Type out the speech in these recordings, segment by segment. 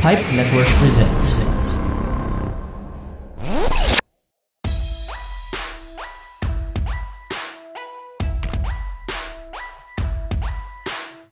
Pipe Network presents.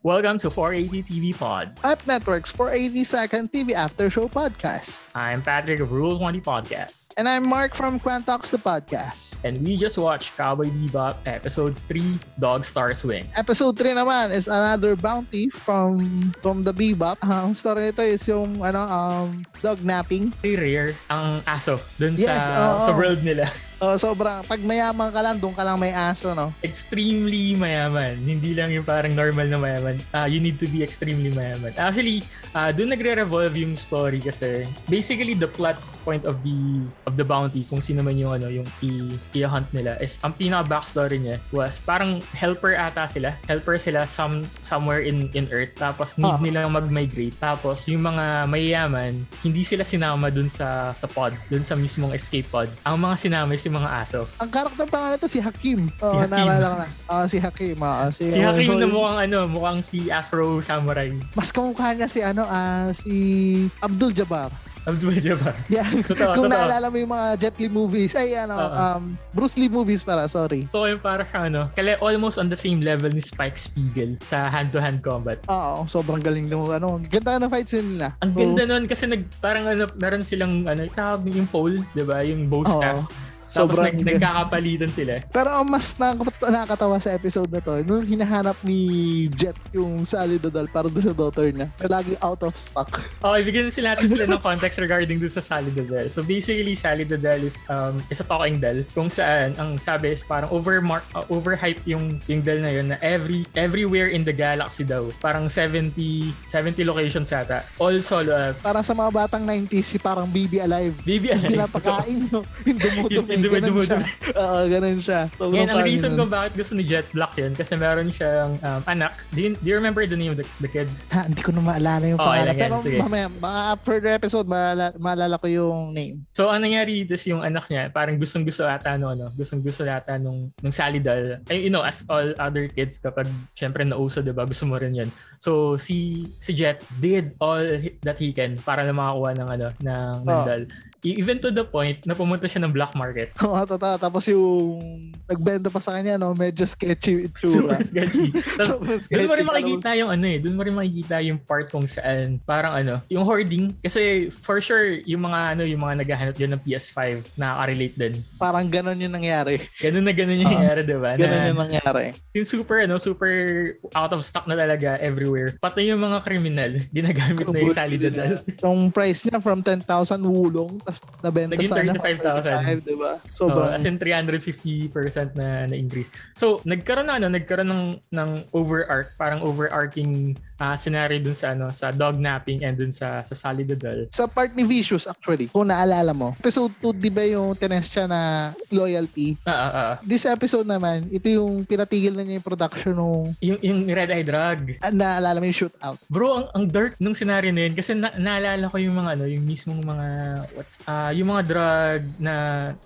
Welcome to 480 TV Pod. Up Network's 480 Second TV After Show Podcast. I'm Patrick of Rule 20 Podcast, And I'm Mark from Quantox the Podcast. and we just watched Cowboy Bebop Episode 3 Dog Star Swing. Episode 3 naman is another bounty from from the Bebop. Ah, Ang story nito is yung ano, um, dog napping. Very rare ang aso dun sa, Yes, sa oo. world nila. So, sobrang, pag mayaman ka lang, doon ka lang may aso, no? extremely mayaman. Hindi lang yung parang normal na mayaman. Ah, you need to be extremely mayaman. Actually, ah doon nagre-revolve yung story kasi basically the plot point of the of the bounty kung sino man yung ano yung i- i-hunt nila is ang pinaka backstory niya was parang helper ata sila helper sila some somewhere in in earth tapos need Ah. nilang mag-migrate tapos yung mga mayayaman hindi sila sinama dun sa sa pod dun sa mismong escape pod ang mga sinama is yung mga aso Ang karakter pa nga nito, si Hakim. Si Oo, Hakim. naalala ko na. Oo, si Hakim. oo. si, Si Hakim so, na mukhang ano, mukhang si Afro Samurai. Mas kamukha niya si, ano, ah, si Abdul Jabbar. Abdul Jabbar. Yeah. Totoo, Kung totoo. naalala mo yung mga Jet Li movies. Ay, ano, Oo. um, Bruce Lee movies para, sorry. Ito yung para siya ano, kaya almost on the same level ni Spike Spiegel sa hand-to-hand combat. Oo, sobrang galing nung ano. Ganda na fight scene nila. Ang Oo. ganda nun kasi nag, parang ano, meron silang ano, tawag yung pole, di ba? Yung bow staff. Oo. Tapos Oh, Sobrang nag, ganda. nagkakapalitan sila. Pero ang mas nakaka- nakakatawa sa episode na to, nung hinahanap ni Jet yung Sally Dodal para doon sa daughter niya, lagi out of stock. Okay, bigyan na sila natin sila ng context regarding dun sa Sally Dodell. So basically, Sally Dodell is um, isa paking del kung saan ang sabi is parang overmark, uh, overhype yung, yung del na yun na every everywhere in the galaxy daw. Parang 70 70 locations ata. All solo app. Para sa mga batang 90s, si parang baby alive. Baby Alive. Pinapakain no? Yung dumudumi. Yung ganun dumudumi. siya. Oo, ganun siya. Sobrang Yan, ang funny reason nun. kung bakit gusto ni Jet Black yun kasi meron siyang um, anak. Do you, do you remember the name of the, the kid? Ha, hindi ko na maalala yung Okay pangalan. lang yan, Pero sige. mamaya, mga further episode, maalala, maalala ko yung name. So ang nangyari dito is yung anak niya, parang gustong-gusto ata no ano, gustong-gusto ata nung nung Salidal. Ay, you know, as all other kids kapag syempre nauso 'di ba, gusto mo rin 'yun. So si si Jet did all he- that he can para na makakuha ng ano ng ng Oh. dal. E- Even to the point na pumunta siya ng black market. Oo, totoo. Tapos yung nagbenta pa sa kanya, no? medyo sketchy Super itsura. sketchy. Tapos, Sobrang Doon mo rin sketchy. makikita yung ano eh, doon mo rin makikita yung part kung saan parang ano, yung hoarding kasi for sure yung mga ano, yung mga naghahanap din ng PS5 nakaka-relate din. Parang ganun yung nangyari. Ganun na ganun yung Ah. nangyari, 'di ba? Na- Ganun yung nangyari. yung super ano, super out of stock na talaga everywhere. Pati yung mga kriminal, ginagamit na yung salidad. Yung price niya from 10,000 wulong, tapos nabenta Naging sa ano, 35,000. 35, diba? So, Sobrang, as in 350% na na-increase. So, nagkaroon na ano, nagkaroon ng ng overarch, parang overarching ah, scenario dun sa ano, sa dog napping and dun sa sa salidadal. sa part ni Vicious actually, kung naalala mo, episode 2, di ba yung tinest siya na loyalty? Ah, ah, ah. This episode naman, ito yung pinatigil na niya yung production nung Yung, yung Red Eye Drug. ah, naalala mo yung shootout. Bro, ang, ang dark nung scenario na yun kasi na- naalala ko yung mga ano, yung mismong mga what's ah yung mga drug na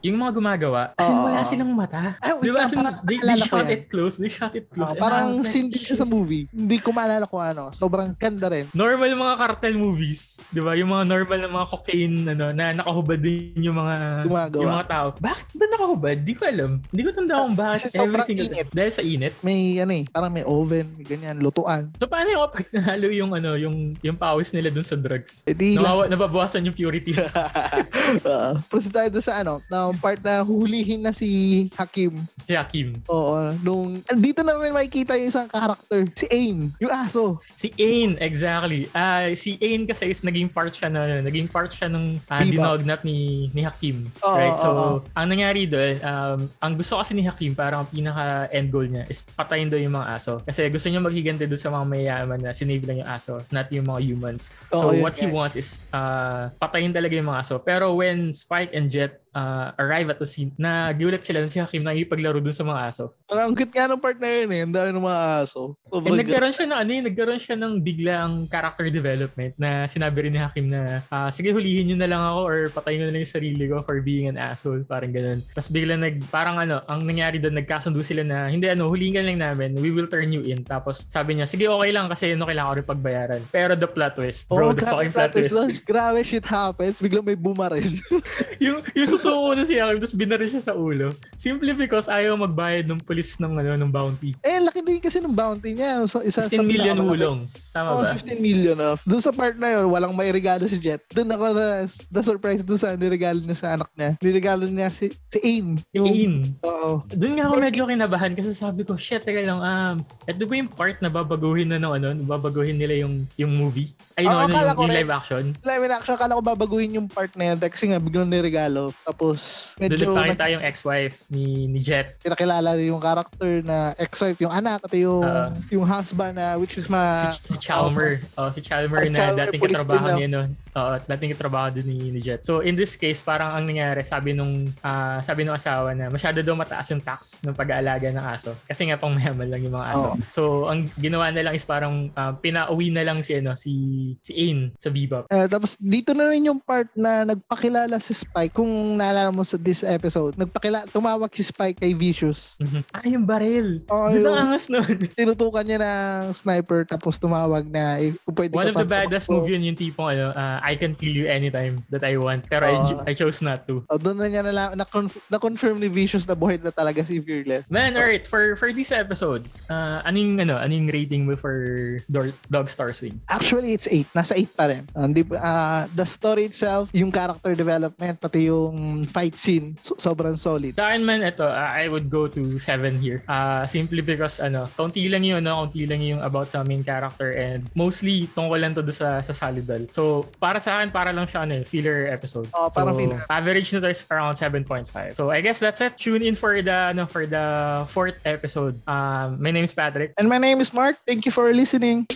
yung mga gumagawa. Kasi Oo. wala silang mata. Ay, wait Di ba? lang, As in, parang they, they naalala ko shot yan. it close. They shot it close. Ah, And I parang was like, scene din siya sa "Shit." movie. Hindi ko maalala kung ano. Sobrang ganda rin. Normal mga cartel movies. Di ba? Yung mga normal na mga cocaine ano, na nakahubad din yung mga Gumagawa. yung mga tao. Bakit ba nakahubad? Di ko alam. Di ko tanda kung bakit Ah, Kasi sobrang init. Dahil sa init. May ano eh, parang may oven, may ganyan, lutuan. So paano yung pag nahalo yung ano, yung yung pawis nila dun sa drugs? Eh di lang Nawawa, nababawasan yung purity. Uh, proceed tayo doon sa ano, na part na hulihin na si Hakim. si Hakim. Oo, nung dito na rin makikita yung isang character, si Ain, yung aso. Si Ain, exactly. Ah, si Ain kasi is naging part siya na naging part siya nung uh, Bebop. dinognat ni ni Hakim. Diba? Oo, right? So, oo, ang nangyari doon, um, ang gusto kasi ni Hakim, parang ang pinaka end goal niya is patayin doon yung mga aso. Kasi gusto niya maghiganti doon sa mga mayayaman na sinave lang yung aso, not yung mga humans. So Oo, yun what he ah, nga. wants is uh, patayin talaga yung mga aso. Pero when Spike and Jet ah, arrive at the scene, na gulat sila na si Hakim nangipaglaro dun sa mga aso. Ang cute nga ng part na yun eh. Ang dami ng mga aso. Oh And Sobrang nagkaroon siya ng ano eh, nagkaroon siya ng biglaang character development na sinabi rin ni Hakim na ah, sige hulihin niyo na lang ako or patayin niyo na lang yung sarili ko for being an asshole parang ganun. Tapos bigla nag parang ano, ang nangyari doon nagkasundo sila na hindi ano, hulihin ka lang namin, we will turn you in. Tapos sabi niya, sige okay lang kasi ano kailangan ko rin pagbayaran. Pero the plot twist, bro, Oh, the grabe fucking plot twist. doon. Grabe shit happens. Biglang may bumaril. yung, yung susuko na si Hakim tapos binaril siya sa ulo. Simply because ayaw magbayad ng pulis ng ano, ng bounty. eh, laki din kasi ng bounty niya. So, isa, 15 million pinakamalaki- ulong. Tama Oo, ba? 15 million off. Doon sa part na yun, walang may regalo si Jet. Doon ako na, na surprise doon sa niregalo niya sa anak niya. Niregalo niya si, si Ain. In. Oo. Doon nga ako medyo kinabahan kasi sabi ko, shit, teka lang, um, ito ba yung part na babaguhin na ng ano, babaguhin nila yung yung movie? Ay, Oo, no, ano, akala yung, ko yung rin. live action? Like, in action, akala ko babaguhin yung part na yun. Kasi nga, biglang niregalo. Tapos, medyo Doon nagpakita yung ex-wife ni, ni Jet. nakilala rin yung character na ex-wife, yung anak, at yung, Oo. yung husband na, which is ma... Ah. Si, si Chalmer. Oh, si Chalmer Ah, si na Ah, Chalmer, dating police katrabaho din niya noon. Oo, at dating katrabaho din ni, ni Jet. So, in this case, parang ang nangyari, sabi nung ah, sabi nung asawa na masyado daw mataas yung tax ng pag-aalaga ng aso. Kasi nga pang mayaman lang yung mga aso. Oo. So, ang ginawa na lang is parang ah, pinauwi na lang si ano, si si Ain sa Bebop. Eh, tapos dito na rin yung part na nagpakilala si Spike. Kung naalala mo sa this episode, nagpakilala, tumawag si Spike kay Vicious. Mhm. Ah, yung baril. Oo, Yun yung ang angas nun. tinutukan niya ng sniper tapos tumawag na eh, kung pwede One ka of the pa- baddest Oh, movie yun yung tipong ano, ah, I can kill you anytime that I want. Pero I, Oo. I chose not to. oh, doon na niya nala- na-conf- na-confirm ni Vicious na buhay na talaga si Fearless. Man, alright, for for this episode, ah, aning ano, aning rating mo for Dor- Dog Star Swing? Actually, it's 8. Nasa 8 pa rin. Ah, Hindi, pa- ah, the story itself, yung character development, pati yung fight scene, so- sobrang solid. Sa akin man, ito, ah, I would go to 7 here. ah simply because, ano, kaunti lang yun, ano, kaunti lang yung about sa main character and mostly tungkol lang to do sa, sa Salidal. So, para sa akin, para lang siya, ano, eh, filler episode. Oo, Oh, parang so, filler. Average nito is around 7.5. So, I guess that's it. Tune in for the, ano, for the fourth episode. Um, my name is Patrick. And my name is Mark. Thank you for listening.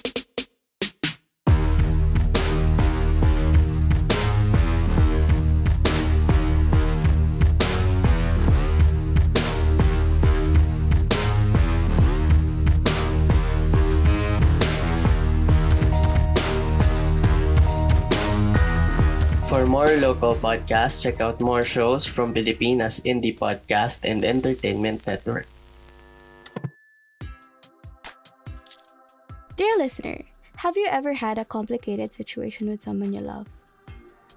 For more local podcasts, check out more shows from Pilipinas Indie Podcast and Entertainment Network. Dear listener, have you ever had a complicated situation with someone you love?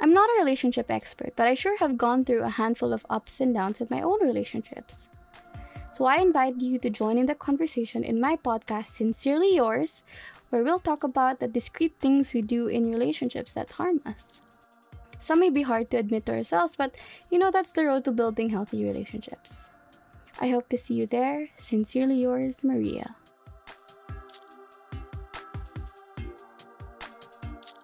I'm not a relationship expert, but I sure have gone through a handful of ups and downs with my own relationships. So I invite you to join in the conversation in my podcast, Sincerely Yours, where we'll talk about the discreet things we do in relationships that harm us. Some may be hard to admit to ourselves, but you know that's the road to building healthy relationships. I hope to see you there. Sincerely yours, Maria.